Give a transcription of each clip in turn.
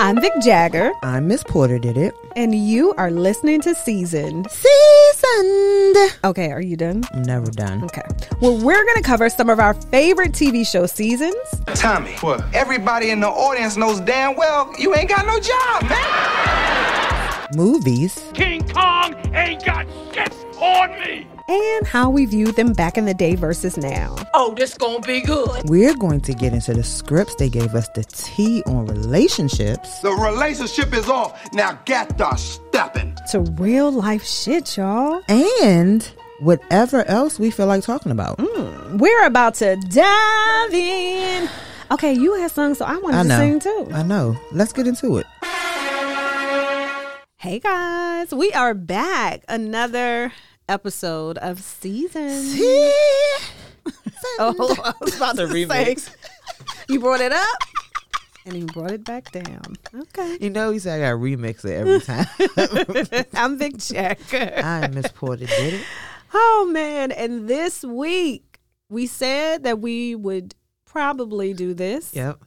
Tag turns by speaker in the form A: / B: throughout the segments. A: I'm Vic Jagger,
B: I'm Uh, Miss Porter. Did it
A: and you are listening to Seasoned.
B: seasoned?
A: Okay, are you done?
B: Mm, eh, I'm never done.
A: Okay. Well, we're going to cover some of our favorite TV show seasons.
C: Tommy, what? Everybody in the audience knows damn well you ain't got no job, man.
B: Movies.
D: King Kong ain't got shit on me.
A: And how we viewed them back in the day versus now.
E: Oh, this gonna be good.
B: We're going to get into the scripts they gave us the tea on relationships.
C: The relationship is off. Now get the stepping.
A: To real life shit, y'all.
B: and whatever else we feel like talking about.
A: We're about to dive in. Okay, you had sung, so I wanted
B: I
A: to
B: know.
A: sing too.
B: I know. Let's get into it.
A: Hey guys, we are back. Another episode of season. Oh, I was about
B: The
A: to
B: remix.
A: say. You brought it up and you brought it back down. Okay.
B: You know, he said I got to remix it every time.
A: I'm Vic Jagger.
B: I Miss Porter did it.
A: Oh man, and this week we said that we would probably do this.
B: Yep.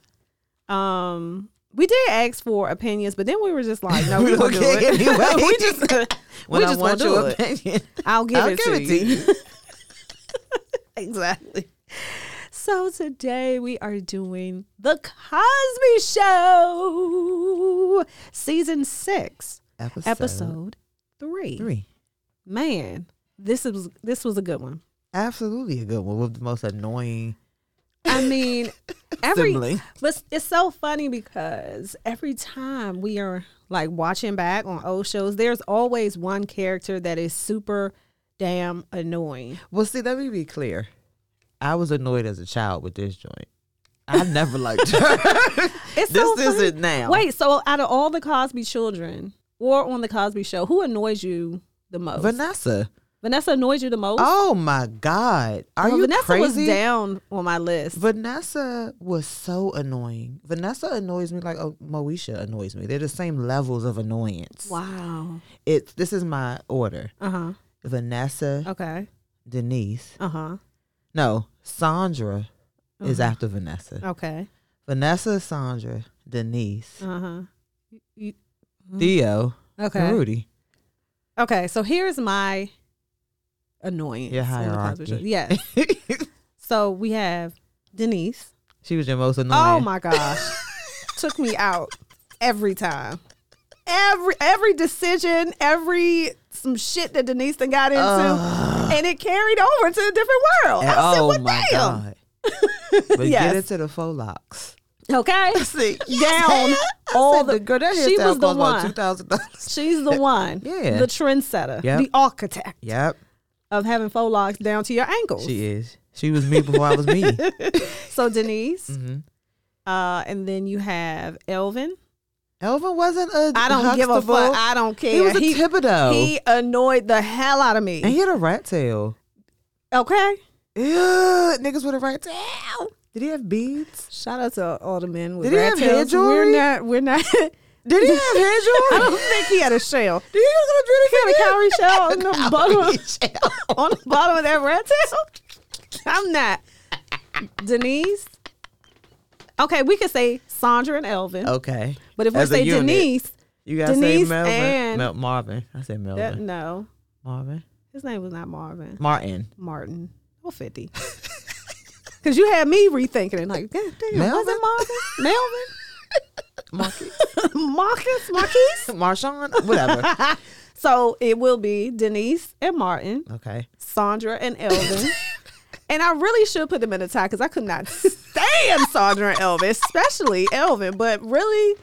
A: Um we did ask for opinions, but then we were just like, no, we
B: We
A: don't do
B: don't
A: it.
B: care anyway.
A: we just we
B: When I
A: just won't
B: want
A: do
B: your
A: it.
B: opinion,
A: I'll give
B: I'll
A: it
B: give
A: to
B: it
A: you.
B: to you.
A: exactly. So today we are doing The Cosby Show, season six,
B: Episode,
A: episode three.
B: three.
A: Man, this is this was a good one.
B: Absolutely a good one with the most annoying
A: I mean, every
B: sibling.
A: but it's so funny because every time we are like watching back on old shows, there's always one character that is super damn annoying.
B: Well, see, let me be clear. I was annoyed as a child with this joint. I never liked her.
A: It's
B: This
A: so
B: is
A: funny.
B: it now.
A: Wait, so out of all the Cosby children or on the Cosby show, who annoys you the most?
B: Vanessa.
A: Vanessa annoys you the most?
B: Oh my God. Are
A: Well,
B: you
A: Vanessa
B: crazy?
A: was down on my list.
B: Vanessa was so annoying. Vanessa annoys me like oh, Moesha annoys me. They're the same levels of annoyance.
A: wow.
B: It's this is my order.
A: Uh-huh.
B: Vanessa,
A: Okay.
B: Denise.
A: Uh-huh.
B: No, Sandra is after Vanessa.
A: Okay.
B: Vanessa, Sandra, Denise,
A: Uh-huh. You-
B: Theo,
A: Uh-huh. Okay.
B: and Rudy.
A: Okay, so here's my annoyance.
B: Your
A: on the Cosby Show.
B: hierarchy.
A: Yes. So we have Denise.
B: she was your most annoying.
A: Oh my gosh. Took me out every time. Every every decision, every some shit that Denise done got into, and it carried over to a different world.
B: And-
A: I said,
B: oh
A: "Well,
B: my
A: damn."
B: god! But
A: Yes.
B: get into the faux locks.
A: Okay,
B: See,
A: down all the.
B: girl that
A: she was the
B: about two
A: one.
B: thousand dollars.
A: She's the one.
B: Yeah.
A: the trendsetter,
B: Yep.
A: the architect
B: Yep,
A: of having faux locks down to your ankles.
B: she is. She was me before I was me.
A: So Denise,
B: Mhm.
A: uh, and then you have Elvin.
B: Elvin wasn't a.
A: I don't give a
B: Huxtable.
A: fuck. I don't care.
B: He was a Thibodeau,
A: he annoyed the hell out of
B: Oh. and
A: me.
B: he had a rat tail.
A: Okay.
B: Ew, niggas with a rat tail. Did he have beads?
A: Shout out to all the men with
B: Did he
A: rat
B: have hair
A: tails. We're
B: jewelry?
A: not. We're not.
B: Did he have hair
A: I don't
B: jewelry?
A: think he had a shell.
B: Did he
A: He
B: was
A: had a
B: gonna
A: cowrie shell on the bottom of,
B: do this?
A: on the bottom of that rat tail. I'm not. Denise. Okay, we could say Sandra and Elvin,
B: Okay,
A: but if we
B: Oh, As a
A: say
B: unit.
A: Denise,
B: you gotta say
A: Denise
B: Melvin.
A: and-
B: Mel- Marvin. I said Melvin.
A: that, no,
B: Marvin.
A: his name was not Marvin.
B: Martin.
A: Martin or 50. Because you had me rethinking it. Like, damn, damn was it
B: Melvin?
A: Marvin? Melvin? Marcus? Marquise?
B: Marshawn, whatever.
A: So it will be Denise and Martin,
B: okay.
A: Sandra and Elvin. and I really should put them in a tie because I could not stand Sandra and Elvin, especially Elvin. But really,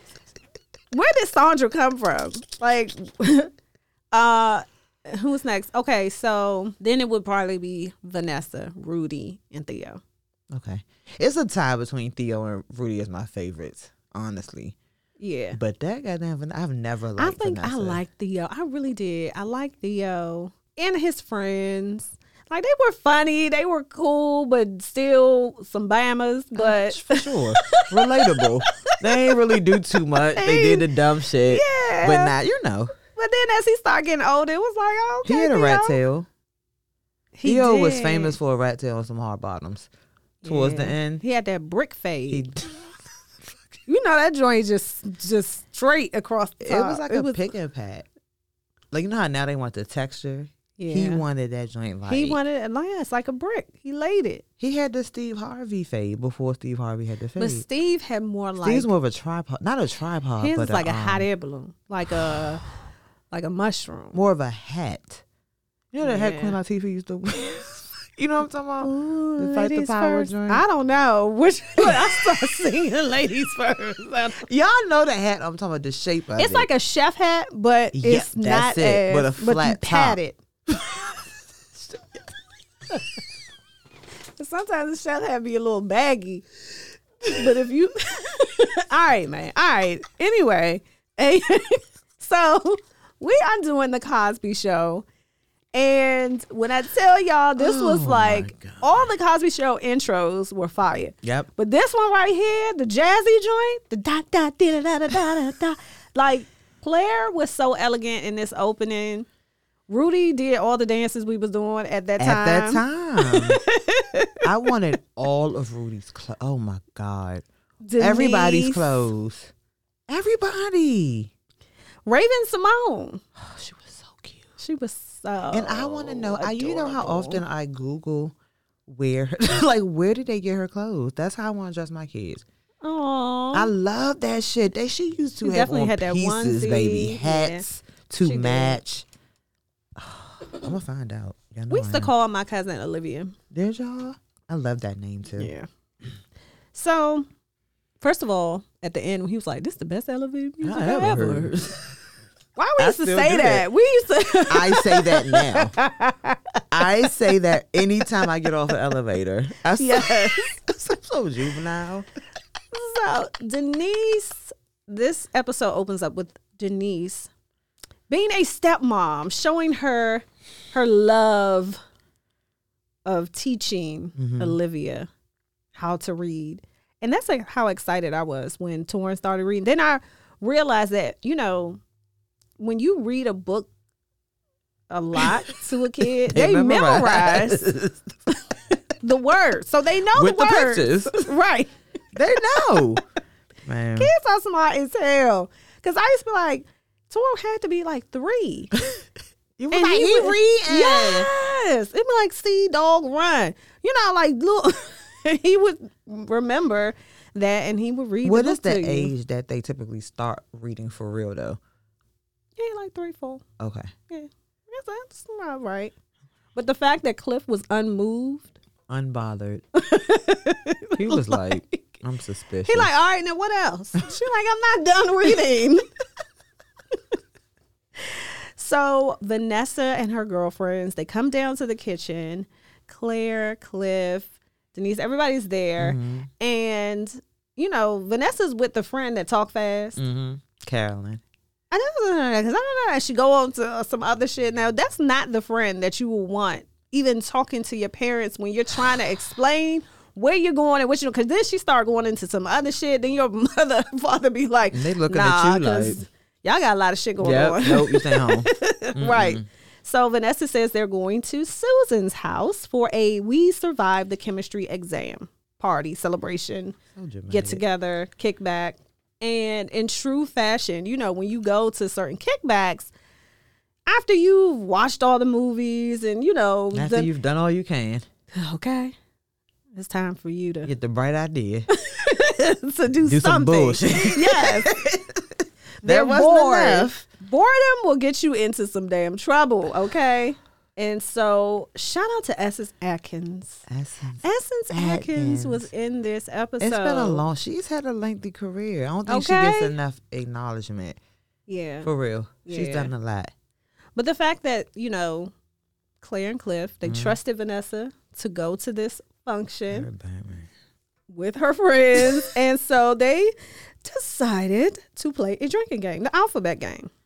A: where did Sandra come from? Like, uh, who's next? Okay, so then it would probably be Vanessa, Rudy, and Theo.
B: Okay. It's a tie between Theo and Rudy as my favorites, honestly.
A: Yeah.
B: But that goddamn, Van- I've never
A: I
B: liked
A: think I
B: Vanessa.
A: like Theo. I really did. I like Theo and his friends. Like they were funny, they were cool, but still some bamas. But
B: For sure. Relatable. They ain't really do too much. They did the dumb shit.
A: Yeah.
B: But not, you know.
A: but then as he started getting older, it was like, oh, okay,
B: He had a
A: Theo.
B: rat tail.
A: He
B: Theo was
A: did.
B: famous for a rat tail and some hard bottoms. Towards the
A: Yeah.
B: end,
A: He had that brick fade.
B: he
A: You know that joint just just straight across the
B: It
A: top.
B: was like a pick and pack. Like you know how now they want the texture. He
A: Yeah.
B: wanted that joint. Like
A: He wanted it last like a brick. He laid it.
B: He had the Steve Harvey fade before Steve Harvey had the fade.
A: But Steve had more like
B: Steve's more of a tripod, not a tripod,
A: his
B: but
A: is like a
B: um,
A: hot air balloon, like a like a mushroom.
B: more of a hat. You know that hat
A: Yeah.
B: Queen Latifah used to wear. you know what I'm talking about?
A: Ooh,
B: The Fight the
A: ladies
B: Power
A: first.
B: joint.
A: I don't know which. I start singing ladies first.
B: Y'all know the hat I'm talking about. The shape of
A: It's
B: it.
A: like a chef hat, but
B: Yeah,
A: it's
B: that's
A: not as
B: it, but a
A: you
B: flat
A: pat
B: top.
A: it. Sometimes the chef hat be a little baggy, but if you, all right, man, all right. Anyway, eh, so we are doing the Cosby Show. And when I tell y'all, this was like all the Cosby Show intros were fire.
B: Yep.
A: But this one right here, the jazzy joint, the da da da da da da da da. Like Claire was so elegant in this opening. Rudy did all the dances we was doing at that time.
B: at that time. I wanted all of Rudy's clothes. Oh my god! Everybody's
A: Denise,
B: clothes. Everybody.
A: Raven Simone.
B: Oh, she was so cute.
A: She was so.
B: And I want to know, I, you know how often I Google where, like, where did they get her clothes? That's how I want to dress my kids.
A: Oh,
B: I love that shit. They she used to
A: She
B: have
A: definitely
B: on
A: had that
B: pieces,
A: onesie.
B: baby
A: Yeah.
B: hats to
A: She did.
B: match. I'm gonna find out. Y'all know
A: we
B: I
A: used to
B: am.
A: call my cousin Olivia.
B: Did y'all? I love that name too.
A: So, first of all, at the end, he was like, "This is the best elevator music
B: I
A: I
B: ever
A: ever."
B: heard.
A: Why we
B: I
A: used to
B: still
A: say
B: do
A: that.
B: that.
A: We used to.
B: I say that now. I say that anytime I get off an elevator. I say,
A: Yes.
B: I'm so juvenile.
A: so Denise, this episode opens up with Denise being a stepmom, showing her her love of teaching
B: Mm-hmm.
A: Olivia how to read, and that's like how excited I was when Torrance started reading. Then I realized that you know when you read a book a lot to a kid, they, memorize. the words, so they know
B: With
A: the
B: the
A: words,
B: pictures.
A: right?
B: They know. Man.
A: kids are smart as hell. Cause I used to be like, Toro had to be like three.
B: You
A: And he would-
B: reading.
A: Yes. It'd be like, see, dog, run. You know, like look he would remember that and he would read
B: What
A: the
B: is
A: book to
B: the
A: you.
B: age that they typically start reading for real though?
A: Yeah, like three, four.
B: Okay.
A: Yeah. That's, that's not right. But the fact that Cliff was unmoved,
B: Unbothered. he was like, I'm suspicious.
A: he like, all right, now what else? She like, I'm not done reading. So Vanessa and her girlfriends, they come down to the kitchen. Claire, Cliff, Denise, everybody's there. And, you know, Vanessa's with the friend that talk fast.
B: hmm Carolyn.
A: I don't know that because I don't know that she go on to uh, some other shit. Now that's not the friend that you will want, even talking to your parents when you're trying to explain where you're going and what you know. Because then she start going into some other shit. Then your mother, and father be like,
B: And they looking at
A: nah,
B: you
A: 'cause
B: like-
A: y'all got a lot of shit going
B: Yep. mm-hmm.
A: on.
B: Nope, you stay home.
A: Right. So Vanessa says they're going to Susan's house for a we survived the chemistry exam party celebration
B: So dramatic.
A: get together, kickback. And in true fashion, you know, when you go to certain kickbacks, after you've watched all the movies and you know,
B: After
A: the-
B: you've done all you can,
A: okay, it's time for you to
B: get the bright idea.
A: to do, something.
B: Do some bullshit.
A: Yes,
B: there
A: they're
B: wasn't
A: bored.
B: enough.
A: Boredom will get you into some damn trouble. Okay, and so shout out to Essence Atkins.
B: Essence.
A: Essence Atkins,
B: Atkins.
A: was in this episode.
B: It's been a long. She's had a lengthy career. I don't think she gets
A: Okay.
B: enough acknowledgement.
A: yeah.
B: For real, she's
A: Yeah.
B: done a lot.
A: But the fact that, you know, Claire and Cliff, they
B: Mm-hmm.
A: trusted Vanessa to go to this function with her friends. and so they decided to play a drinking game, the alphabet game.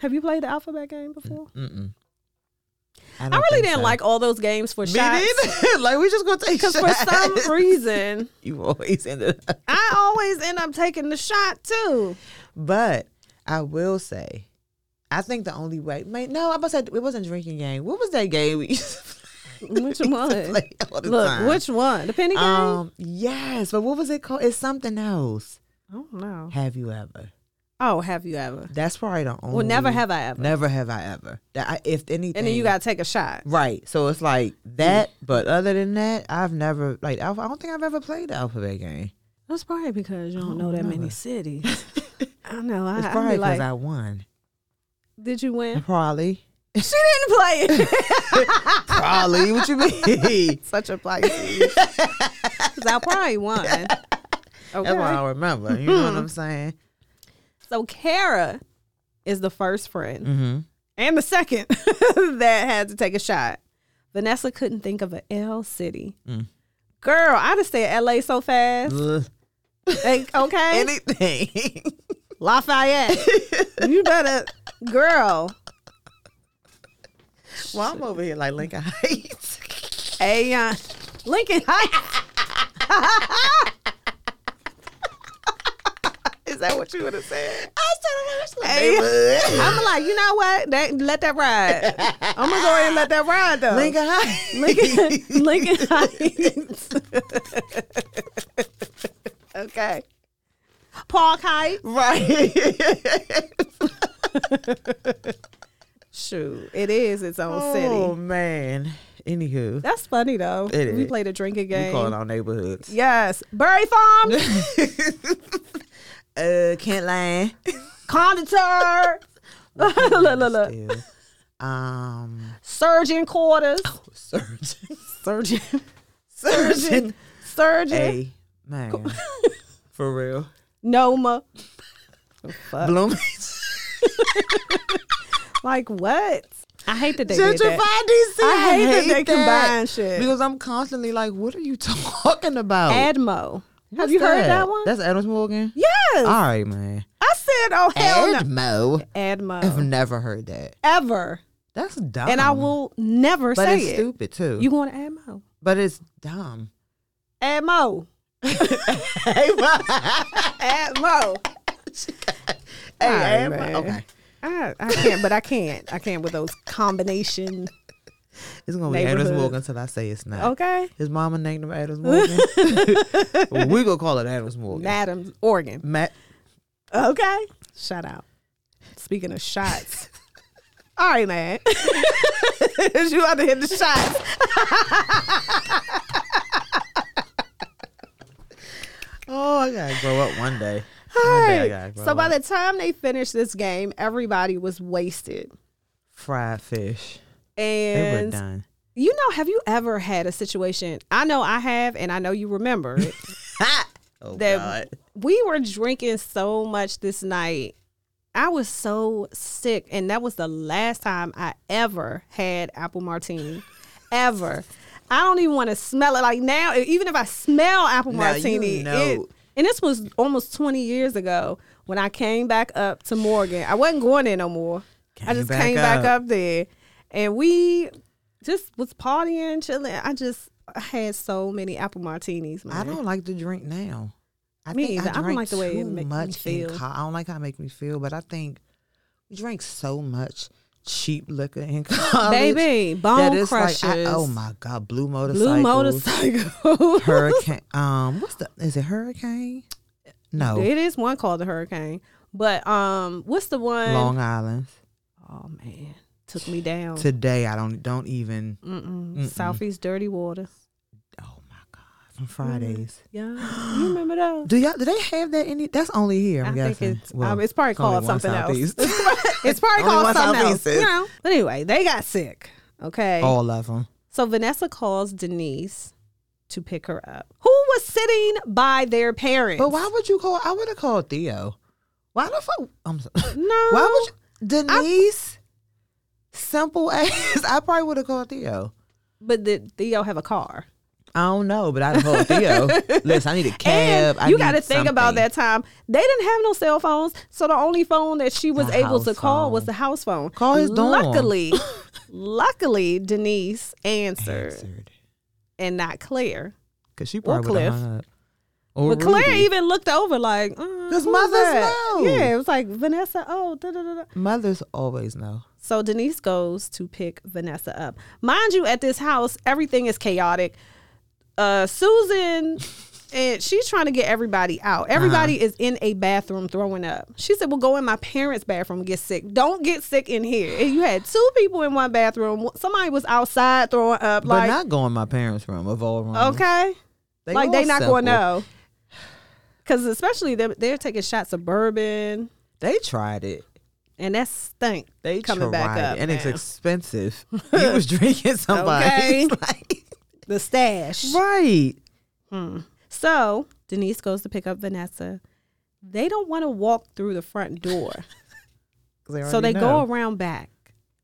A: Have you played the alphabet game before?
B: Mm-mm.
A: I
B: don't
A: really
B: think
A: didn't
B: so.
A: like all those games for
B: Me
A: shots.
B: neither. like we just gonna take
A: Because
B: shots.
A: for some reason,
B: you always ended up.
A: I always end up taking the shot too.
B: But I will say, I think the only way. Mate, no, I must say it wasn't drinking game. What was that game? We used to play?
A: Which one?
B: play all the
A: Look,
B: time.
A: which one? The penny game?
B: Um, yes, but what was it called? It's something else.
A: I don't know.
B: Have you ever?
A: Oh, have you ever?
B: That's probably the only.
A: Well, never have I ever.
B: Never have I ever. That I, if anything,
A: And then you gotta take a shot.
B: right. So it's like that. But other than that, I've never like alpha. I don't think I've ever played the alphabet game.
A: That's probably because you don't know that many cities. I don't know. I,
B: Oh, It's
A: I'd be
B: probably because
A: like,
B: I won.
A: did you win?
B: Probably.
A: she didn't play it.
B: Probably. What you mean?
A: Such a Pisces. 'Cause I probably won.
B: That's why
A: Okay.
B: I remember. You know what I'm saying?
A: So Kara is the first friend
B: Mm-hmm.
A: and the second that had to take a shot. Vanessa couldn't think of a L city.
B: Mm.
A: Girl, I'd have said LA so fast. Like, okay.
B: Anything.
A: Lafayette. you better, girl.
B: well, I'm over here like Lincoln Heights.
A: Hey, uh, Lincoln Heights.
B: Is that what you would have said?
A: Hey, I'm like, you know what? That, let that ride. I'm gonna go ahead and let that ride though.
B: Lincoln Heights.
A: Lincoln, Lincoln Heights. okay. Park Heights.
B: right.
A: Shoot, it is its own
B: Oh
A: city.
B: man. Anywho,
A: That's funny though.
B: It
A: We
B: is.
A: played a drinking
B: we calling
A: game.
B: our neighborhoods.
A: Yes, Berry Farm,
B: Uh, can't lie.
A: Conditor, look, look, look.
B: Ew. um,
A: Surgeon Quarters,
B: surgeon,
A: Surgeon,
B: surgeon.
A: Surgeon,
B: Hey, man, for real.
A: Noma.
B: Bloom.
A: Like what? I hate that they did
B: Gentrify
A: that.
B: DC.
A: I hate that they combine shit.
B: because I'm constantly like, what are you talking about?
A: Admo. Have
B: What's
A: you heard that one?
B: That's Adams Morgan.
A: yes.
B: All right, man.
A: I said, oh hell no.
B: Admo. I've
A: Admo.
B: never heard that.
A: Ever.
B: That's dumb.
A: And I will never
B: Uh-uh. But
A: say
B: it's
A: it.
B: stupid too.
A: You going to Admo?
B: but it's dumb.
A: Admo.
B: hey, what?
A: Admo.
B: Hey,
A: All
B: Admo.
A: right, man.
B: Okay.
A: I, I can't, but I can't. I can't with those combination.
B: It's gonna be Adams
A: Neighborhood.
B: Morgan until I say it's not.
A: Okay.
B: His mama named him Adams Morgan. we gonna call it Adams Morgan.
A: Madam Oregon.
B: Matt.
A: Okay. Shout out. Speaking of shots. All right, man. you about to hit the shots.
B: Oh, I gotta grow up one day. One day I gotta
A: Alright.
B: grow
A: So by
B: up.
A: the time they finished this game, everybody was wasted.
B: fried fish. They were
A: And
B: done.
A: you know, have you ever had a situation? I know I have, and I know you remember it.
B: Oh
A: that
B: God.
A: we were drinking so much this night. I was so sick, and that was the last time I ever had apple martini. ever. I don't even want to smell it. Like now, e, even if I smell apple
B: Now, you
A: martini,
B: know-
A: it, and this was almost 20 years ago when I came back up to Morgan. I wasn't going there no more. I
B: Came
A: just
B: back
A: came back
B: up.
A: up there, and we just was partying, chilling. I just had so many apple martinis. Man.
B: I don't like to drink now. I
A: Mm-hmm. Me
B: think
A: either. I don't
B: drank
A: like the way it
B: too
A: make me
B: much in
A: feel.
B: co- I don't like how it make me feel, but I think we drank so much cheap liquor in college.
A: Baby,
B: that
A: bone
B: it's
A: crushes.
B: like I, oh my god, blue motorcycle,
A: Blue motorcycle.
B: hurricane. Um, what's the? Is it hurricane? No,
A: it is one called the hurricane, but um, what's the one?
B: Long Island.
A: oh man, took me down.
B: Today I don't don't even.
A: Mm-mm. Southeast dirty water.
B: Oh my god, from Fridays.
A: Yeah, you remember those?
B: Do y'all? Do they have that? Any? That's only here. I'm
A: I think
B: guessing.
A: it's um, it's probably
B: only
A: called
B: one
A: something else.
B: Southeast.
A: It's probably
B: Only
A: called
B: one
A: something
B: Southeast
A: else.
B: is. Oh.
A: You know. But anyway, they got sick. Okay.
B: All of them.
A: So Vanessa calls Denise to pick her up, who was sitting by their parents.
B: But why would you call? I would have called Theo. Why the fuck? I'm sorry.
A: No.
B: Why would you, Denise? simple ass. I probably would have called Theo.
A: But did Theo have a car?
B: I don't know, but I'd called Theo. Listen, I need a cab.
A: And
B: I
A: you
B: got to
A: think about that time. They didn't have no cell phones, so the only phone that she was
B: The
A: able to
B: house
A: call
B: phone.
A: was the house phone.
B: Call his dorm.
A: Luckily, luckily Denise answered,
B: Answered.
A: and not Claire.
B: Cause she probably would
A: Cliff.
B: have hung up. Or
A: But Claire
B: Rudy.
A: even looked over like, mm,
B: Does
A: who's
B: mothers
A: that?
B: know?
A: Yeah, it was like Vanessa. Oh, da da da. da.
B: mothers always know.
A: So Denise goes to pick Vanessa up. Mind you, at this house, everything is chaotic. Uh, Susan, and she's trying to get everybody out. Everybody
B: Uh-huh.
A: is in a bathroom throwing up. She said, "Well, go in my parents' bathroom and get sick. Don't get sick in here." And you had two people in one bathroom. Somebody was outside throwing up.
B: But
A: like,
B: not going my parents' room of all rooms.
A: okay, like
B: all
A: they not
B: simple.
A: going to know. Because especially they're, they're taking shots of bourbon,
B: They tried it.
A: and that stink
B: They
A: coming
B: tried
A: back up.
B: it, and it's
A: now.
B: expensive. he was drinking somebody.
A: Okay.
B: like,
A: the stash.
B: right.
A: So Denise goes to pick up Vanessa. They don't want to walk through the front door.
B: 'Cause they
A: so they
B: already
A: go
B: know.
A: around back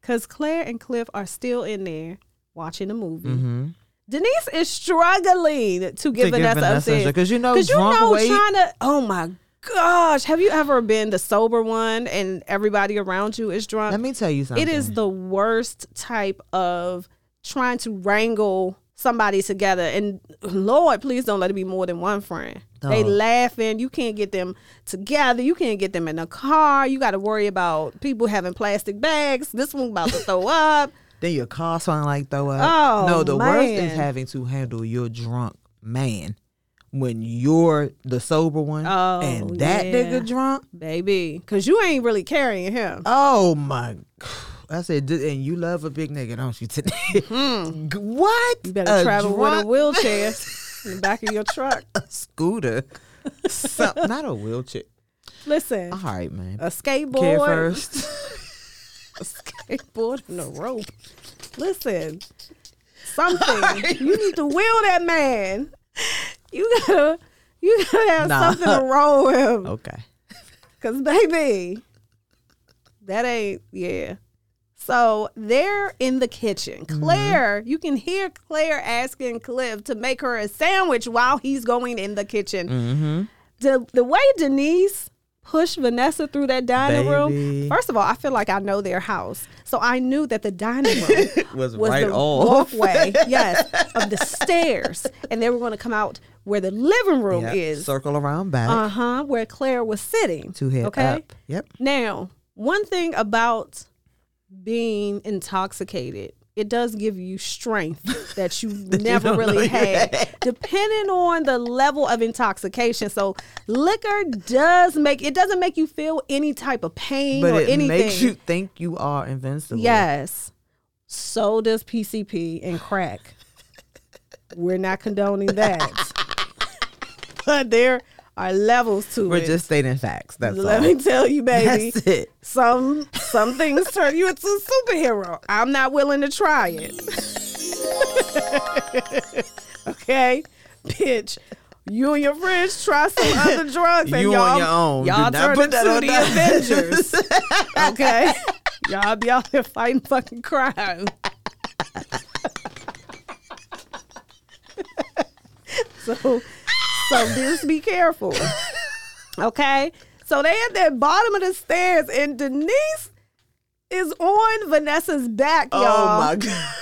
A: because Claire and Cliff are still in there watching the movie. Denise is struggling to get
B: Mm-hmm. give
A: Vanessa
B: Vanessa
A: upstairs
B: a- 'cause you know drunk weight-
A: trying to. Oh my gosh, have you ever been the sober one and everybody around you is drunk?
B: Let me tell you something.
A: It is the worst type of trying to wrangle somebody together. And Lord, please don't let it be more than one friend. They
B: Oh.
A: laughing. You can't get them together. You can't get them in a car. You got to worry about people having plastic bags. This one about to throw up.
B: Then your car sound like throw up.
A: Oh,
B: no, the worst is
A: man.
B: having to handle your drunk man when you're the sober one
A: Oh,
B: and that
A: yeah.
B: nigga drunk.
A: Baby, because you ain't really carrying him.
B: Oh my. I said, "D- and you love a big nigga, don't you? Today, G- what?
A: Hmm. You better travel with a wheelchair in the back of your truck.
B: scooter, Some- not a wheelchair.
A: Listen,
B: All right, man.
A: a skateboard.
B: Care first.
A: a skateboard and a rope. Listen, something. you need to wheel that man. You gotta, you gotta have
B: Nah. Oh,
A: something to roll with him.
B: okay.
A: Cause baby, that ain't yeah. So they're in the kitchen.
B: Mm-hmm.
A: Claire, you can hear Claire asking Cliff to make her a sandwich while he's going in the kitchen.
B: Mm-hmm.
A: The the way Denise pushed Vanessa through that dining
B: Baby.
A: room. First of all, I feel like I know their house, so I knew that the dining room
B: Was,
A: was
B: right
A: the
B: off.
A: walkway, yes, of the stairs, and they were going to come out where the living room
B: Yep.
A: is.
B: Circle around back
A: Uh huh. Where Claire was sitting.
B: to head
A: okay.
B: up. Yep.
A: Now, one thing about being intoxicated, it does give you strength that you never
B: don't know
A: really
B: you
A: had, depending on the level of intoxication. So, liquor does make it doesn't make you feel any type of pain
B: But
A: or
B: it
A: anything.
B: makes you think you are invincible.
A: Yes. So does PCP and crack. We're not condoning that. but there are levels to
B: We're
A: it.
B: just stating facts. That's
A: Let
B: all.
A: me tell you, baby.
B: That's it.
A: Some some things turn you into a superhero. I'm not willing to try it. okay? Bitch. You and your friends try some other drugs and
B: You
A: y'all,
B: on your own. Do
A: Y'all turn
B: not put
A: into
B: that on
A: the
B: us.
A: Avengers. Okay. Y'all be out here fighting fucking crime. so so just be careful. Okay? So they at the bottom of the stairs and Denise is on Vanessa's back, y'all.
B: Oh my god.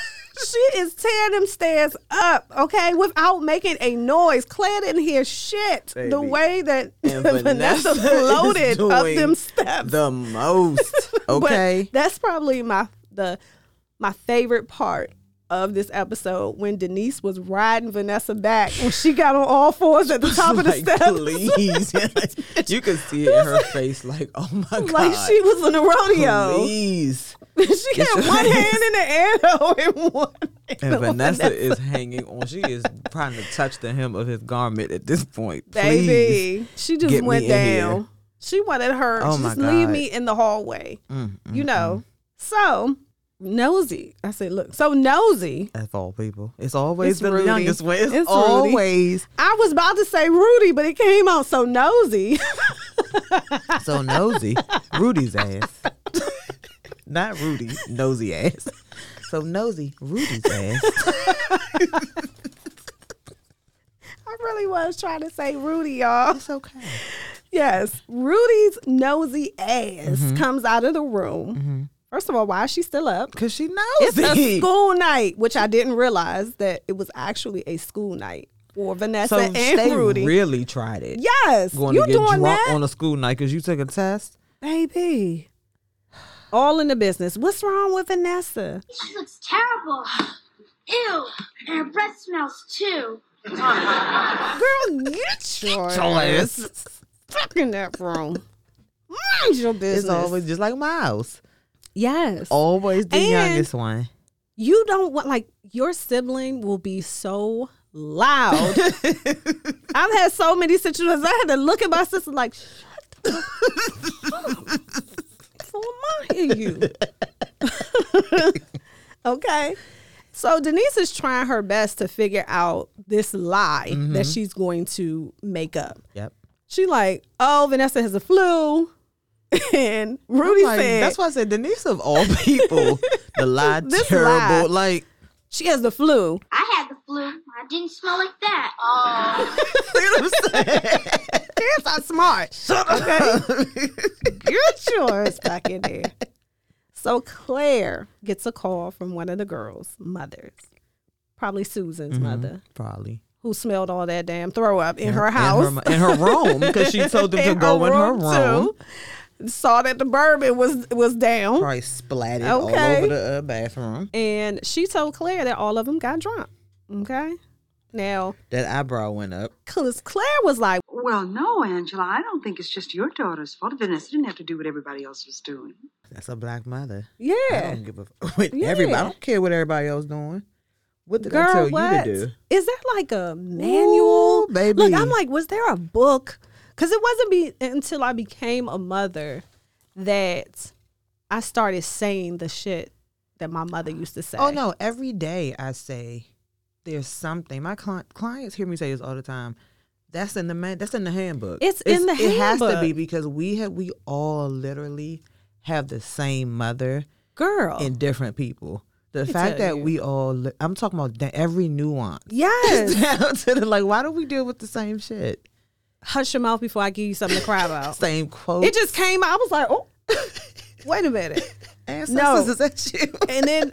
A: She is tearing them stairs up, okay, without making a noise. Claire didn't hear shit the
B: Baby.
A: way that
B: And
A: Vanessa,
B: Vanessa is
A: floated up
B: doing
A: them steps.
B: The most.
A: But
B: Okay.
A: that's probably my the my favorite part of this episode when Denise was riding Vanessa back when she got on all fours at the top of the
B: Like,
A: steps.
B: please. you could see it in her face, like, oh my god.
A: Like she was in a rodeo.
B: Please.
A: she
B: Get
A: had
B: your
A: one
B: ass.
A: hand in the air though and one.
B: And Vanessa is hanging on. She is trying to touch the hem of his garment at this point. Please.
A: Baby, she just
B: get me
A: went
B: in here.
A: down. She wanted her
B: Oh,
A: just
B: my
A: leave
B: God.
A: me in the hallway. you know. So nosy. I said, look. So nosy.
B: Of all people. It's always
A: It's
B: the
A: Rudy.
B: youngest one. It's,
A: It's Rudy.
B: always
A: I was about to say Rudy, but it came out so nosy.
B: so nosy. Rudy's ass. Not Rudy, nosy ass. So nosy, Rudy's ass.
A: I really was trying to say Rudy, y'all.
B: It's okay.
A: Yes. Rudy's nosy ass
B: Mm-hmm.
A: comes out of the room. First of all, why is she still up?
B: Cause she knows
A: It's a
B: it.
A: school night, which I didn't realize that it was actually a school night for Vanessa
B: so
A: and
B: they
A: Rudy.
B: really tried it.
A: yes,
B: going
A: you
B: to get
A: doing
B: drunk
A: that,
B: on a school night because you took a test.
A: baby? All in the business. What's wrong with Vanessa?
F: She looks terrible. Ew. And her breath smells too.
A: Girl, get your
B: ass.
A: stuck in that room. Mind your business.
B: It's always just like Miles.
A: yes.
B: Always the
A: And-
B: youngest one.
A: you don't want like your sibling will be so loud. I've had so many situations. I had to look at my sister like, shut the fuck up. Before I hear you. okay. So Denise is trying her best to figure out this lie
B: Mm-hmm.
A: that she's going to make up.
B: Yep.
A: She like, oh, Vanessa has a flu. And Rudy
B: Like,
A: said
B: that's why I said Denise of all people, the lie
A: This lie.
B: terrible. Like
A: she has the flu.
F: I had the flu. I didn't smell like that. Oh.
A: Kids are smart. Get yours back in there. So Claire gets a call from one of the girls' mothers, probably Susan's
B: Mm-hmm.
A: mother,
B: probably
A: who smelled all that damn throw up in her
B: In
A: house.
B: mo- in her, room because she told them to go in her room.
A: too. Saw that the bourbon was was down,
B: Probably splatted
A: Okay.
B: all over the uh, bathroom.
A: and she told Claire that all of them got drunk. Okay, now
B: That eyebrow went up.
A: 'cause Claire was like,
G: Well, no, Angela, I don't think it's just your daughter's fault. Vanessa didn't have to do what everybody else was doing.
B: That's a black mother. I
A: "Yeah,
B: don't give a f- with everybody. I
A: Yeah.
B: don't care what everybody else doing. What did I
A: Girl,
B: tell
A: what?
B: you to do?
A: Is there like a manual?
B: Ooh, baby.
A: Look, I'm like, was there a book? Because it wasn't be until I became a mother that I started saying the shit that my mother used to say.
B: Oh no! Every day I say there's something. My cli- clients hear me say this all the time. That's in the man. That's in the handbook.
A: It's in the
B: It has to be
A: handbook.
B: because we have we all literally have the same mother
A: girl.
B: and different people. The
A: me
B: fact
A: tell
B: that
A: you.
B: we all li- I'm talking about da- every nuance.
A: yes.
B: Down to the, like, why do we deal with the same shit?
A: Hush your mouth before I give you something to cry about.
B: Same quote.
A: it just came out. I was like, oh, wait a minute.
B: ancestors is at you.
A: And then,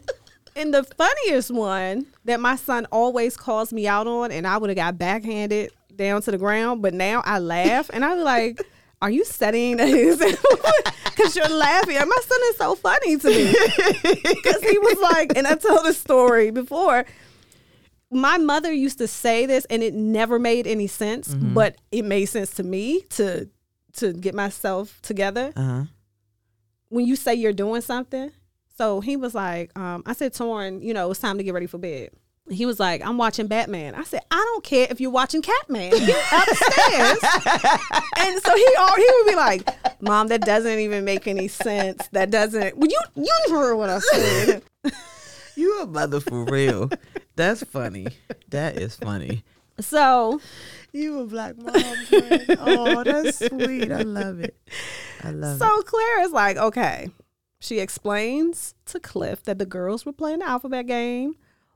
A: and the funniest one that my son always calls me out on, and I would have got backhanded down to the ground, but now I laugh and I be like, "Are you setting an example? Because you're laughing." And my son is so funny to me because he was like, and I told the story before. My mother used to say this, and it never made any sense, but it made sense to me to to get myself together
B: uh-huh.
A: when you say you're doing something. So he was like, um, I said, Torn, you know, it's time to get ready for bed. He was like, I'm watching Batman. I said, I don't care if you're watching Catman. Get upstairs. and so he all he would be like, Mom, that doesn't even make any sense. That doesn't. Well, you you heard what I said.
B: You a mother for real. That's funny. That is funny.
A: So
B: You a black mom. friend. Oh, that's sweet. I love it. I love it.
A: So Claire is like, okay. She explains to Cliff that the girls were playing the alphabet game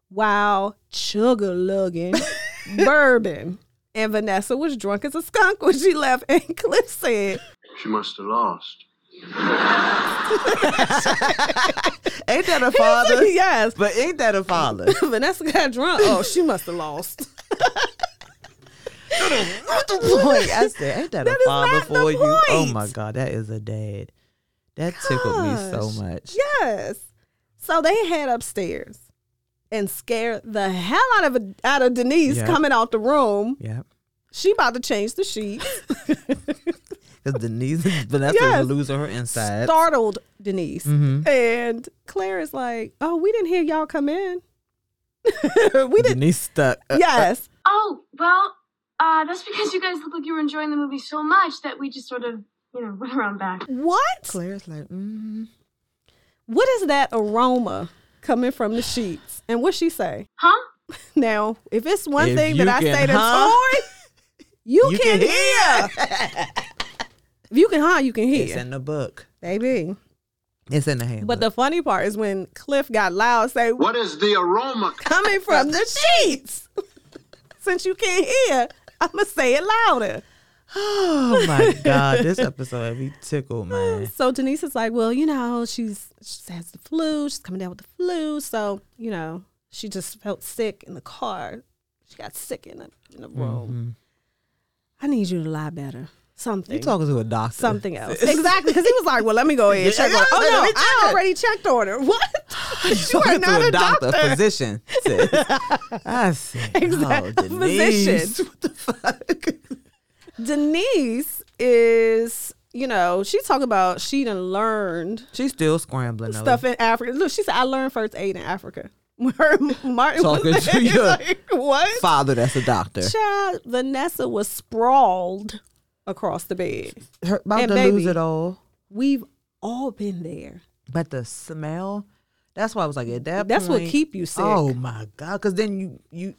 A: while chugger lugging bourbon. And Vanessa was drunk as a skunk when she left. And Cliff said,
H: She must have lost.
B: Ain't that a father?
A: Yes.
B: but ain't that a father?
A: Vanessa got drunk. Oh, she must have lost.
B: What the point? I said, ain't that,
A: That
B: a
A: is
B: father
A: not the
B: for you? Oh
A: point.
B: my god, that is a dad. That tickled me so
A: Gosh.
B: much.
A: Yes. So they head upstairs and scared the hell out of out of Denise
B: Yeah.
A: coming out the room.
B: Yeah.
A: She about to change the sheet.
B: Because Denise Vanessa
A: Yes.
B: is losing her inside.
A: startled Denise.
B: Mm-hmm.
A: And Claire is like, Oh, we didn't hear y'all come in. we didn't.
B: Denise stuck. Uh,
A: Yes.
F: oh, well, uh, that's because you guys look like you were enjoying the movie so much that we just sort of, you know, went around back.
A: What?
B: Claire's like, mm.
A: What is that aroma coming from the sheets? And what she say?
F: Huh?
A: Now, if it's one
B: If
A: thing
B: you
A: that I
B: can
A: say to
B: hum-
A: Tori, you,
B: You
A: can,
B: can
A: hear. if you can huh, you can
B: It's
A: hear.
B: in the book.
A: Baby.
B: It's in the handbook.
A: But the funny part is when Cliff got loud, say,
H: What is the aroma?
A: coming from the sheets. Since you can't hear, I'ma say it louder.
B: Oh my god, this episode be tickled, man.
A: So Denise is like, well, you know, she's she has the flu. She's coming down with the flu. So you know, she just felt sick in the Mm-hmm. car. She got sick in the in the room. I need you to lie better. something.
B: You talking to a doctor?
A: something else. Exactly, because he was like, "Well, let me go ahead and check on." her." Oh no, I already checked on her. What?
B: You
A: You are
B: talking
A: not
B: to
A: a doctor.
B: physician? sis. I said,
A: Exact-
B: oh, Denise,
A: physician.
B: What the fuck?
A: Denise is, you know, she talking about she done learned
B: She's still scrambling. though.
A: stuff in Africa. Look, she said, "I learned first aid in Africa." Her Martin
B: Talking
A: was
B: to
A: there,
B: your
A: like, what?
B: Father, that's a doctor.
A: Child, Vanessa was sprawled across the bed.
B: Her, about
A: And
B: to lose
A: baby.
B: it all,
A: We've all been there.
B: but the smell. That's why I was like, at that.
A: That's what
B: point-
A: keep you sick.
B: Oh my god! Because then you you,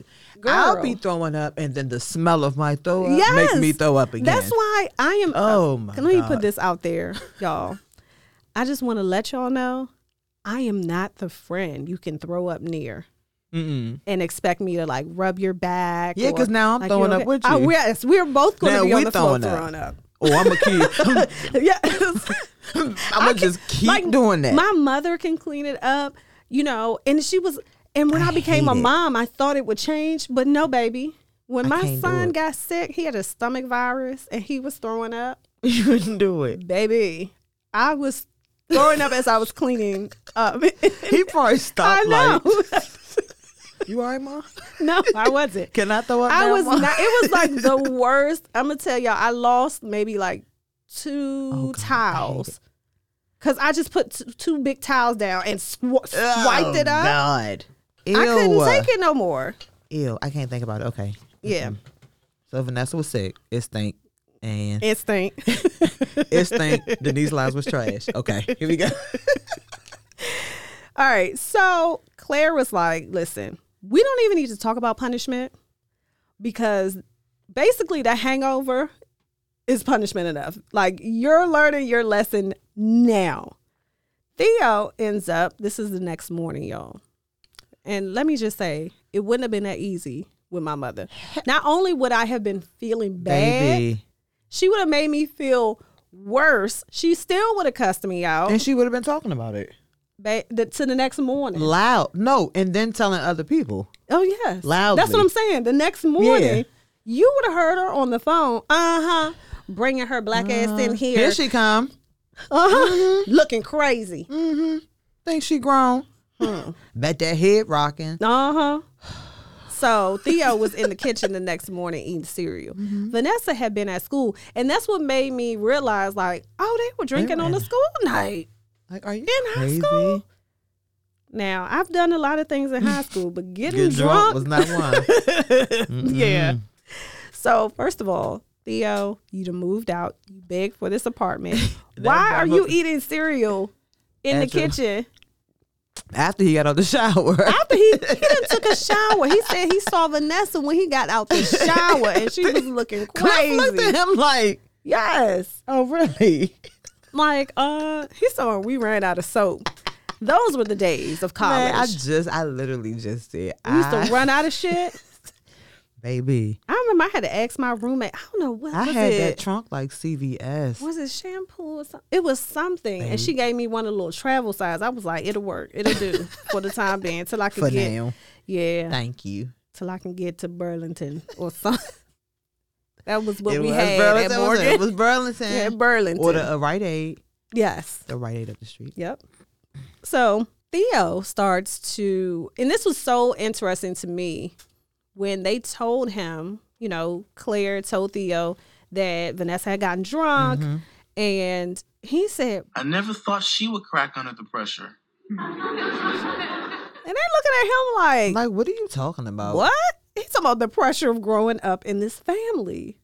B: I'll be
A: Girl.
B: throwing up, and then the smell of my throw up
A: Yes.
B: makes me throw up again.
A: That's why I am.
B: Oh my
A: Can let me
B: God.
A: put this out there, y'all. I just want to let y'all know I am not the friend you can throw up near
B: Mm-mm.
A: and expect me to like rub your back.
B: Yeah,
A: or,
B: 'cause now I'm
A: like,
B: throwing
A: you
B: up
A: okay?
B: with
A: I-
B: you.
A: yes, we're both going
B: Now
A: to be
B: we
A: on the floor
B: throwing up.
A: throwing up.
B: Oh, I'm a kid.
A: yes.
B: I'm gonna just keep
A: Like,
B: doing that.
A: My mother can clean it up, you know, and she was and when I, became
B: hate
A: a
B: it.
A: mom, I thought it would change, but no baby. When
B: I
A: my
B: can't do
A: son
B: it.
A: got sick, he had a stomach virus and he was throwing up.
B: you wouldn't do it.
A: Baby, I was throwing up as I was cleaning up.
B: He probably
A: I
B: stopped
A: know.
B: like, "You alright, mom?
A: no, I wasn't.
B: Can I throw up?"
A: I
B: now,
A: was
B: Mom?"
A: not. It was like the worst. I'm gonna tell y'all. I lost maybe like two
B: Oh, God, I hate
A: towels because I just put t- two big towels down and sw- swiped it
B: Oh,
A: up.
B: God. Ew.
A: I couldn't take it no more.
B: Ew. I can't think about it. Okay.
A: Yeah,
B: So Vanessa was sick. It stink. And
A: it stink.
B: it stink. Denise lies was trash. Okay. Here we go.
A: All right. So Claire was like, listen, we don't even need to talk about punishment because basically the hangover is punishment enough. Like you're learning your lesson now. Theo ends up, this is the next morning, y'all. And let me just say, it wouldn't have been that easy with my mother. Not only would I have been feeling bad,
B: Baby.
A: she would have made me feel worse. She still would have cussed me out
B: Oh. And she would have been talking about it.
A: ba- the, to the next morning.
B: Loud. No. And then telling other people.
A: Oh yes, That's
B: Loudly.
A: what I'm saying. The next morning, you would have heard her on the phone. Uh huh. Bringing her black ass in here.
B: Uh-huh. Here she Mm-hmm. come.
A: uh-huh. Looking crazy.
B: Think she grown. Bet that head rocking.
A: Uh huh. So Theo was in the kitchen the next morning eating cereal.
B: Mm-hmm.
A: Vanessa had been at school, and that's what made me realize, like, oh, they were drinking
B: were
A: on the
B: at-
A: school night.
B: Like, are you
A: In high
B: crazy?
A: school? Now I've done a lot of things in high school, but getting
B: Get drunk
A: drunk,
B: was not one.
A: yeah.
B: Mm.
A: So first of all, Theo, you done moved out. You beg for this apartment. Why are you eating cereal in the
B: At your-
A: kitchen
B: After he got out the shower.
A: after he he done took a shower? He said he saw Vanessa when he got out the shower, and she was looking
B: Cliff looked at
A: crazy.
B: him like,
A: Yes,
B: oh, really?
A: like uh, he saw we ran out of soap. Those were the days of college.
B: Man, I just, I literally just said,
A: we used
B: I-
A: to run out of shit.
B: baby.
A: I remember I had to ask my roommate. I don't know what
B: I
A: was
B: had
A: it?
B: that trunk like CVS.
A: was it shampoo or something? It was something, and she gave me one of the little travel size. I was like, it'll work, it'll do for the time being till I can
B: for
A: get
B: now.
A: yeah,
B: Thank you.
A: till I can get to Burlington or something. that was what
B: it
A: we
B: was
A: had
B: Burlington.
A: at
B: wasn't
A: Morgan.
B: it? It was Burlington.
A: Yeah, Burlington.
B: Or the uh, Rite Aid.
A: yes.
B: The Rite Aid up the street.
A: Yep. So Theo starts to, and this was so interesting to me when they told him, you know, Claire told Theo that Vanessa had gotten drunk,
B: Mm-hmm.
A: and he said,
I: I never thought she would crack under the pressure.
A: And they looking at him like,
B: Like, what are you talking about?
A: what? He's talking about the pressure of growing up in this family.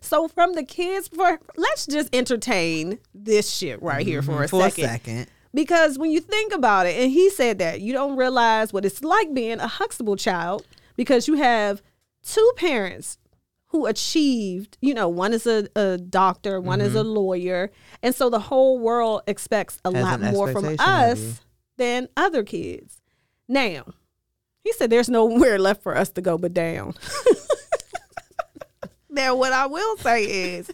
A: So from the kids, for let's just entertain this shit right here for a,
B: Mm-hmm. Mm, For
A: second.
B: a second.
A: Because when you think about it, and he said that you don't realize what it's like being a Huxtable child because you have two parents who achieved, you know, one is a, a doctor, one is
B: Mm-hmm.
A: a lawyer. And so the whole world expects a
B: Has
A: lot
B: an
A: more from
B: expectation of you.
A: us than other kids. Now, he said there's nowhere left for us to go but down. now, what I will say is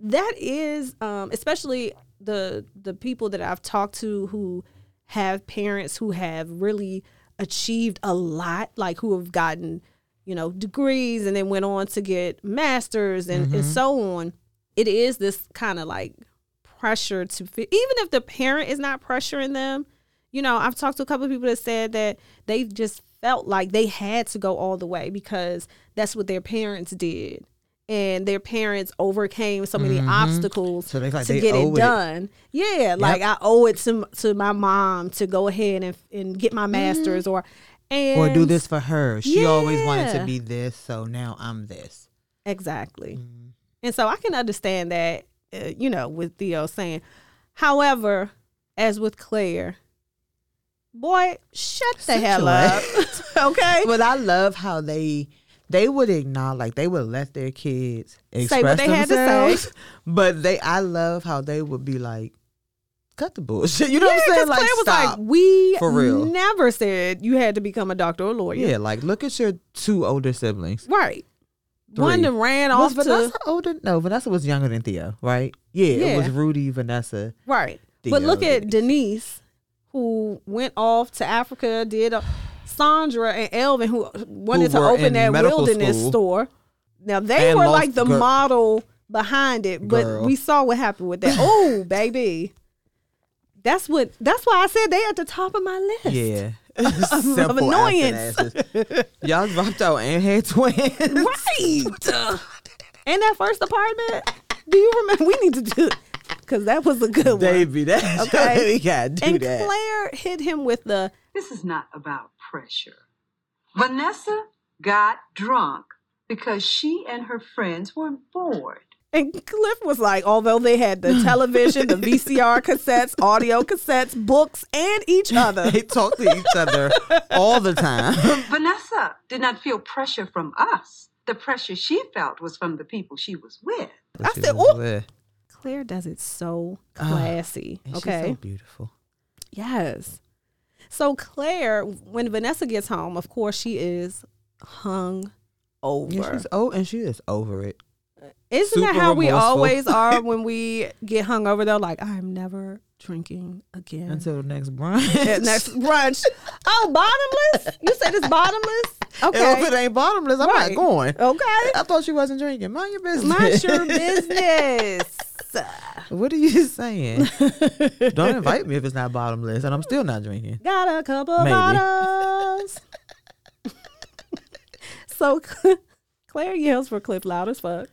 A: that is um, especially the the people that I've talked to who have parents who have really achieved a lot, like who have gotten you know degrees and then went on to get masters and, and so on. it is this kind of like pressure to fit. Even if the parent is not pressuring them, you know, I've talked to a couple of people that said that they just felt like they had to go all the way because that's what their parents did. And their parents overcame so many obstacles
B: Mm-hmm. So they feel like
A: to
B: they
A: get
B: owe
A: it
B: it.
A: done. Yeah, like I owe it to to my mom to go ahead and, and get my master's or and
B: Mm-hmm. or do this for her. She always wanted
A: Yeah.
B: to be this, so now I'm this.
A: Exactly.
B: Mm-hmm.
A: And so I can understand that, uh, you know, with Theo saying. However, as with Claire, boy, shut the hell
B: your
A: up. okay?
B: But I love how they they would acknowledge, like they would let their kids express
A: Say what they had to say.
B: themselves. But they, I love how they would be like, cut the bullshit. You know what I'm
A: Yeah,
B: saying?
A: 'cause
B: Like,
A: Claire was
B: stop.
A: like, we
B: For real.
A: never said you had to become a doctor or lawyer.
B: yeah, like look at your two older siblings.
A: Right.
B: Three.
A: One that ran
B: Was
A: off
B: Vanessa
A: to.
B: older? No, Vanessa was younger than Theo, right? Yeah,
A: Yeah.
B: it was Rudy, Vanessa.
A: Right. But look
B: Theo.
A: at Denise, who went off to Africa, did a, Sandra and Elvin, who wanted to
B: were
A: open
B: in
A: that
B: medical
A: wilderness
B: school.
A: store. Now they
B: And
A: were
B: lost
A: like the
B: gir-
A: model behind it, but
B: Girl.
A: we saw what happened with that. oh, baby, that's what. That's why I said they at the top of my list.
B: Yeah.
A: annoyance.
B: asses. Y'all dropped out and had twins.
A: right. and that first apartment. Do you remember? We need to do because that was a good one.
B: Baby, that
A: Okay.
B: we gotta do
A: And
B: that.
A: Claire hit him with the
G: This is not about pressure. Vanessa got drunk because she and her friends were bored.
A: And Cliff was like, although they had the television, the VCR cassettes, audio cassettes, books, and each other.
B: they talk to each other all the time.
G: Vanessa did not feel pressure from us. The pressure she felt was from the people she was with.
A: I said, "Ooh." Claire does it so classy.
B: And she's so
A: okay.
B: beautiful.
A: yes. So Claire, when Vanessa gets home, of course she is hung over.
B: Yeah, she's oh, and she is over it.
A: Isn't that
B: super
A: how we
B: remorseful.
A: always are when we get hung over though? Like, I'm never drinking again.
B: Until next brunch.
A: At next brunch. Oh, bottomless? You said it's bottomless? Okay.
B: And if it ain't bottomless, I'm
A: Right.
B: not going.
A: Okay.
B: I thought she wasn't drinking. Mind your business.
A: Mind your business.
B: what are you saying? Don't invite me if it's not bottomless, and I'm still not drinking.
A: Got a couple
B: Maybe.
A: bottles. so Claire yells for Cliff loud as fuck.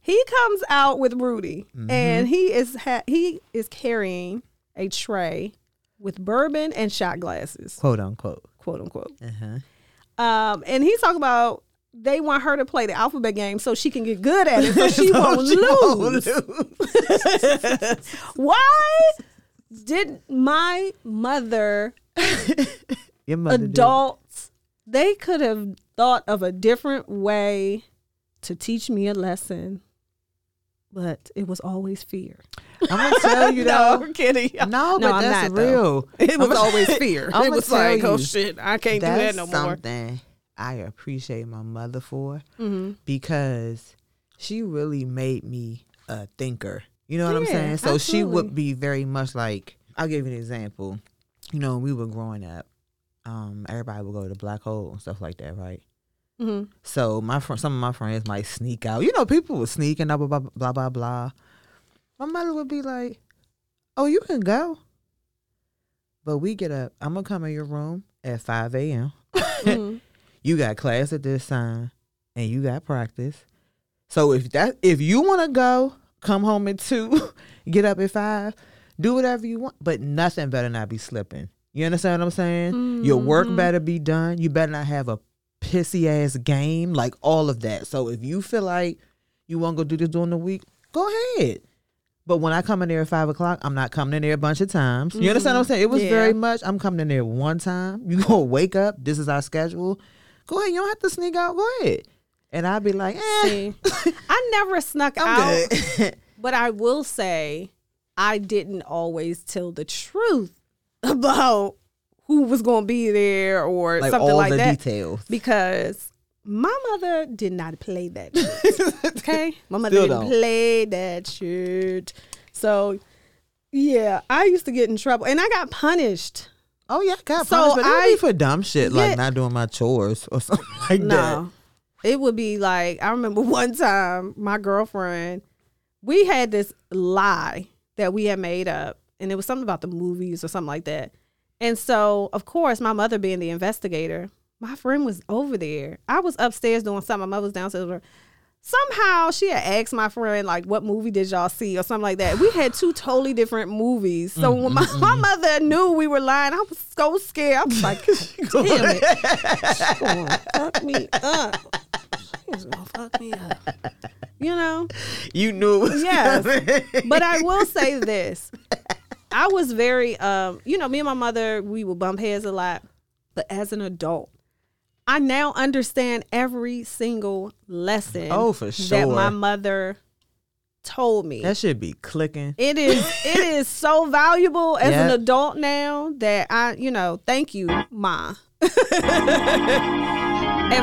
A: He comes out with Rudy,
B: Mm-hmm.
A: and he is ha- he is carrying a tray with bourbon and shot glasses,
B: Quote unquote.
A: quote unquote.
B: Uh-huh.
A: Um, and he's talking about they want her to play the alphabet game so she can get good at it, so she won't
B: She won't
A: lose.
B: lose.
A: Why did my mother
B: Your mother did.
A: adults they could have thought of a different way to teach me a lesson but it was always fear
B: I'm gonna tell you
A: no
B: though.
A: i'm kidding
B: Oh. No, but that's real.
A: it was
B: I'ma-
A: always fear
B: I'ma
A: it was
B: tell
A: like oh
B: you,
A: shit i can't do that
B: That's
A: no more
B: something I appreciate my mother for
A: Mm-hmm.
B: because she really made me a thinker. You know what I'm
A: Yeah,
B: saying? So she
A: absolutely.
B: would be very much like I'll give you an example. You know, when we were growing up, um, everybody would go to the black hole and stuff like that, right?
A: Mhm.
B: So my fr- some of my friends might sneak out. You know, people were sneaking out, blah blah blah blah blah. My mother would be like, "Oh, you can go, but we get up. I'm gonna come in your room at five a.m. you got class at this time, and you got practice. So if that if you want to go, come home at two, get up at five, do whatever you want, but nothing better not be slipping. You understand what I'm saying? Your work better be done. You better not have a pissy ass game, like all of that. So if you feel like you want to go do this during the week, go ahead. But when I come in there at five o'clock, I'm not coming in there a bunch of times. You understand what I'm saying? It was
A: Yeah.
B: very much I'm coming in there one time. You gonna wake up. This is our schedule. Go ahead. You don't have to sneak out. Go ahead. And I'd be like, eh,
A: See, i never snuck out
B: I'm good.
A: But I will say, I didn't always tell the truth about who was going to be there or
B: Like,
A: something
B: all
A: like
B: the
A: that.
B: details.
A: Because my mother did not play that shit. okay? My mother
B: Still
A: didn't
B: don't.
A: play that shit. So, yeah, I used to get in trouble and I got punished.
B: oh yeah, God,
A: So
B: so punished, but I,
A: I-
B: be for dumb shit
A: Yeah.
B: like not doing my chores or something like that.
A: No. It would be like I remember one time my girlfriend we had this lie that we had made up, and it was something about the movies or something like that. And so, of course, my mother being the investigator, my friend was over there. I was upstairs doing something. My mother was downstairs. Somehow she had asked my friend, like, what movie did y'all see or something like that. We had two totally different movies. So
B: Mm,
A: when my, my mother knew we were lying, I was so scared. I was like, damn it. She gonna fuck me up. She's gonna fuck me up. You know?
B: You knew it was
A: Yes.
B: coming.
A: but I will say this. I was very um, you know, me and my mother, we would bump heads a lot, but as an adult, I now understand every single lesson
B: Oh, for
A: that my
B: sure.
A: mother told me.
B: that should be clicking.
A: it is it is so valuable as an
B: Yep.
A: adult now that I, you know, thank you, Ma. and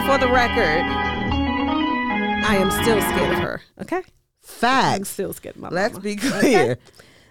A: for the record, I am still scared of her. Okay? I'm
B: Facts.
A: still scared of my
B: Let's
A: mama.
B: be clear.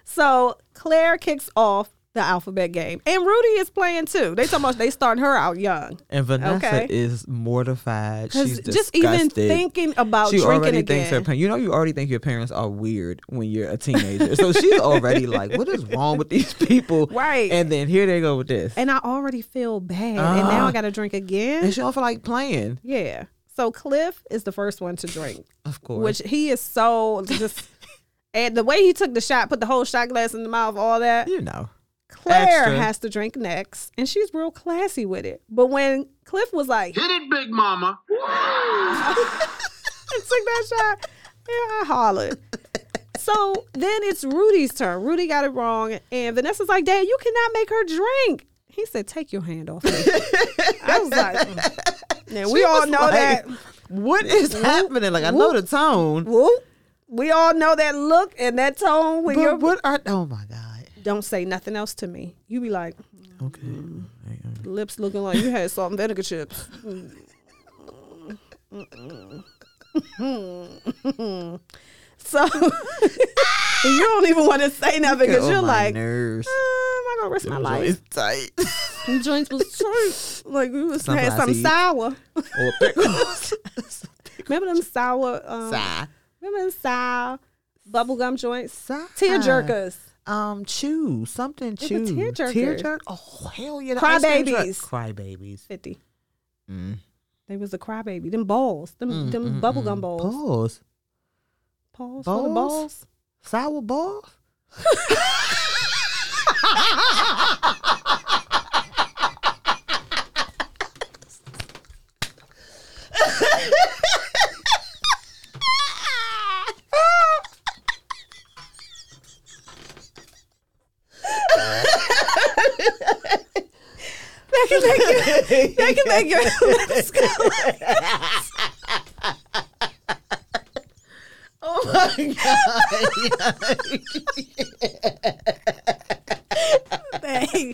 A: So Claire kicks off the alphabet game, and Rudy is playing too. They talking about they starting her out young.
B: And Vanessa
A: Okay.
B: is mortified.
A: Because
B: She's
A: just even
B: disgusted.
A: thinking about
B: she
A: drinking
B: already
A: again.
B: thinks her parents. You know, you already think your parents are weird when you're a teenager. so she's already like, "What is wrong with these people?"
A: Right.
B: And then here they go with this, and,
A: and I already feel bad, and now I
B: Ah.
A: got to drink again.
B: she don't feel like playing.
A: Yeah. So Cliff is the first one to drink,
B: Of course.
A: which he is so just. And the way he took the shot, put the whole shot glass in the mouth, all that.
B: you know.
A: Claire
B: Extra.
A: has to drink next, and she's real classy with it. But when Cliff was like,
H: Hit it, Big Mama.
A: and took that shot. Yeah, I hollered. So then it's Rudy's turn. Rudy got it wrong, and Vanessa's like, "Dad, you cannot make her drink." He said, "Take your hand off." Me. I was like, "Mm." "Now we
B: She
A: all
B: was
A: know
B: like,
A: that.
B: What is happening? Like I know the tone,
A: Whoop. We all know that look and that tone when you're
B: but what are? Oh my god.
A: don't say nothing else to me. You be like, mm,
B: Okay.
A: lips looking like you had salt and vinegar chips. Mm. Mm-mm. so you don't even want to say nothing because
B: Oh,
A: you're
B: my
A: like, "Uh, am
B: nerves.
A: I gonna risk my
B: Them
A: life?
B: joints tight.
A: Them joints was true. Like we was had
B: Sunflower
A: some
B: seeds.
A: sour.
B: or pickles.
A: Remember them sour? Um,
B: Sigh.
A: Remember them sour bubblegum joints?
B: Sigh.
A: Tear jerkers.
B: Um, chew something.
A: a
B: Chew
A: tearjerker.
B: Tearjerker? Oh hell yeah! the ice cream truck.
A: Crybabies.
B: Crybabies.
A: Fifty.
B: Mm.
A: They was the crybaby. Them balls. Them them bubblegum balls.
B: Balls.
A: Balls. full of
B: Balls?
A: balls.
B: Sour balls.
A: They can make your lips go.
B: Oh my god!
A: Dang.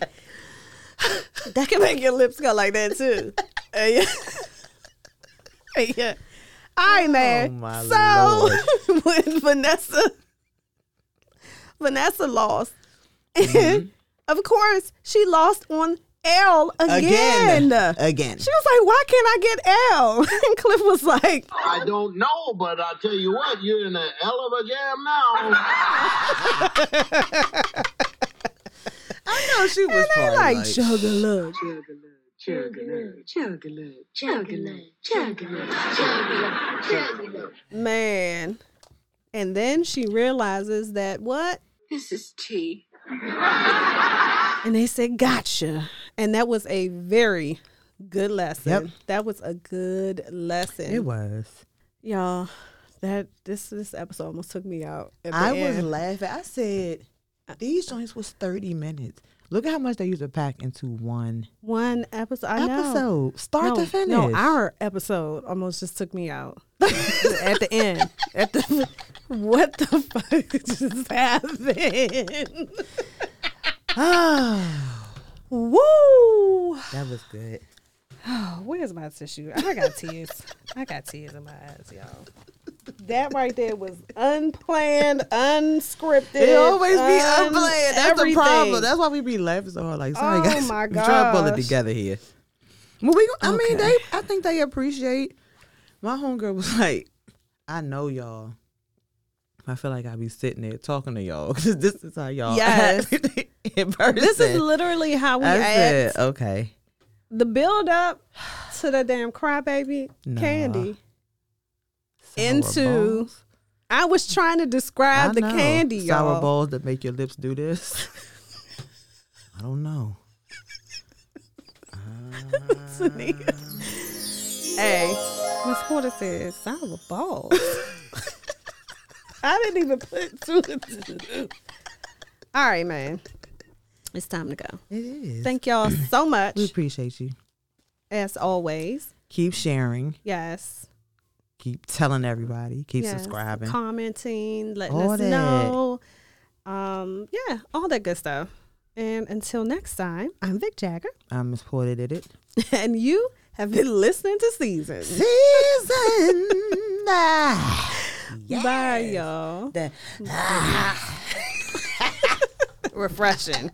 A: that can make your lips go like that too. Uh, yeah. Uh, yeah. All right, man.
B: Oh my
A: so when Vanessa Vanessa lost,
B: Mm-hmm.
A: and of course she lost on L again.
B: Again. Again.
A: She was like, "Why can't I get L?" And Cliff was like,
H: I don't know, but I tell you what, you're in a hell of a jam now.
B: No, she was
A: "They
B: probably
A: like
B: like,
A: juggalo,
G: Chug-a-lug, chug-a-lug, chug-a-lug, chug-a-lug, chug-a-lug, chug-a-lug, chug-a-lug.
A: man." And then she realizes that what
G: This is tea.
A: And they said, gotcha. And that was a very good lesson.
B: Yep.
A: That was a good lesson.
B: It was.
A: Y'all, that this this episode almost took me out. at the
B: I was
A: end.
B: laughing. I said, "These joints was thirty minutes. Look at how much they used to pack into one
A: one episode. I know.
B: episode, start
A: no,
B: to finish."
A: No, our episode almost just took me out. at the end. At the what the fuck just happened? Woo!
B: that was good.
A: Where's my tissue? I got tears. I got tears in my eyes, y'all. That right there was unplanned, unscripted.
B: It always be
A: un-
B: unplanned. That's the problem.
A: everything.
B: That's why we be laughing so hard. Like, sorry
A: Oh
B: guys,
A: my
B: I'm trying to pull
A: gosh.
B: it together here. Well, we, I
A: Okay.
B: mean, they. I think they appreciate. My homegirl was like, "I know y'all I feel like I be sitting there talking to y'all because this is how y'all
A: Yes.
B: act in person.
A: This is literally how we
B: That's
A: act.
B: it. Okay.
A: The build up to the damn crybaby
B: Nah.
A: candy.
B: Sour
A: Into-
B: balls.
A: I was trying to
B: I
A: describe the
B: know.
A: candy, y'all.
B: Sour balls that make your lips do this. I don't know.
A: hey, Miss Porter says sour balls. I didn't even put two. and two. All right, man. It's time to go.
B: It is.
A: Thank y'all so much
B: we appreciate you.
A: as always.
B: Keep sharing.
A: Yes.
B: Keep telling everybody. Keep
A: yes.
B: subscribing.
A: commenting, letting
B: All
A: us
B: that.
A: know. Um, yeah, all that good stuff. And until next time, I'm Vic Jagger,
B: I'm Miss Porter did it.
A: and you have been listening to Seasons.
B: Season. Ah. yes.
A: Bye, y'all.
B: The-
A: Refreshing.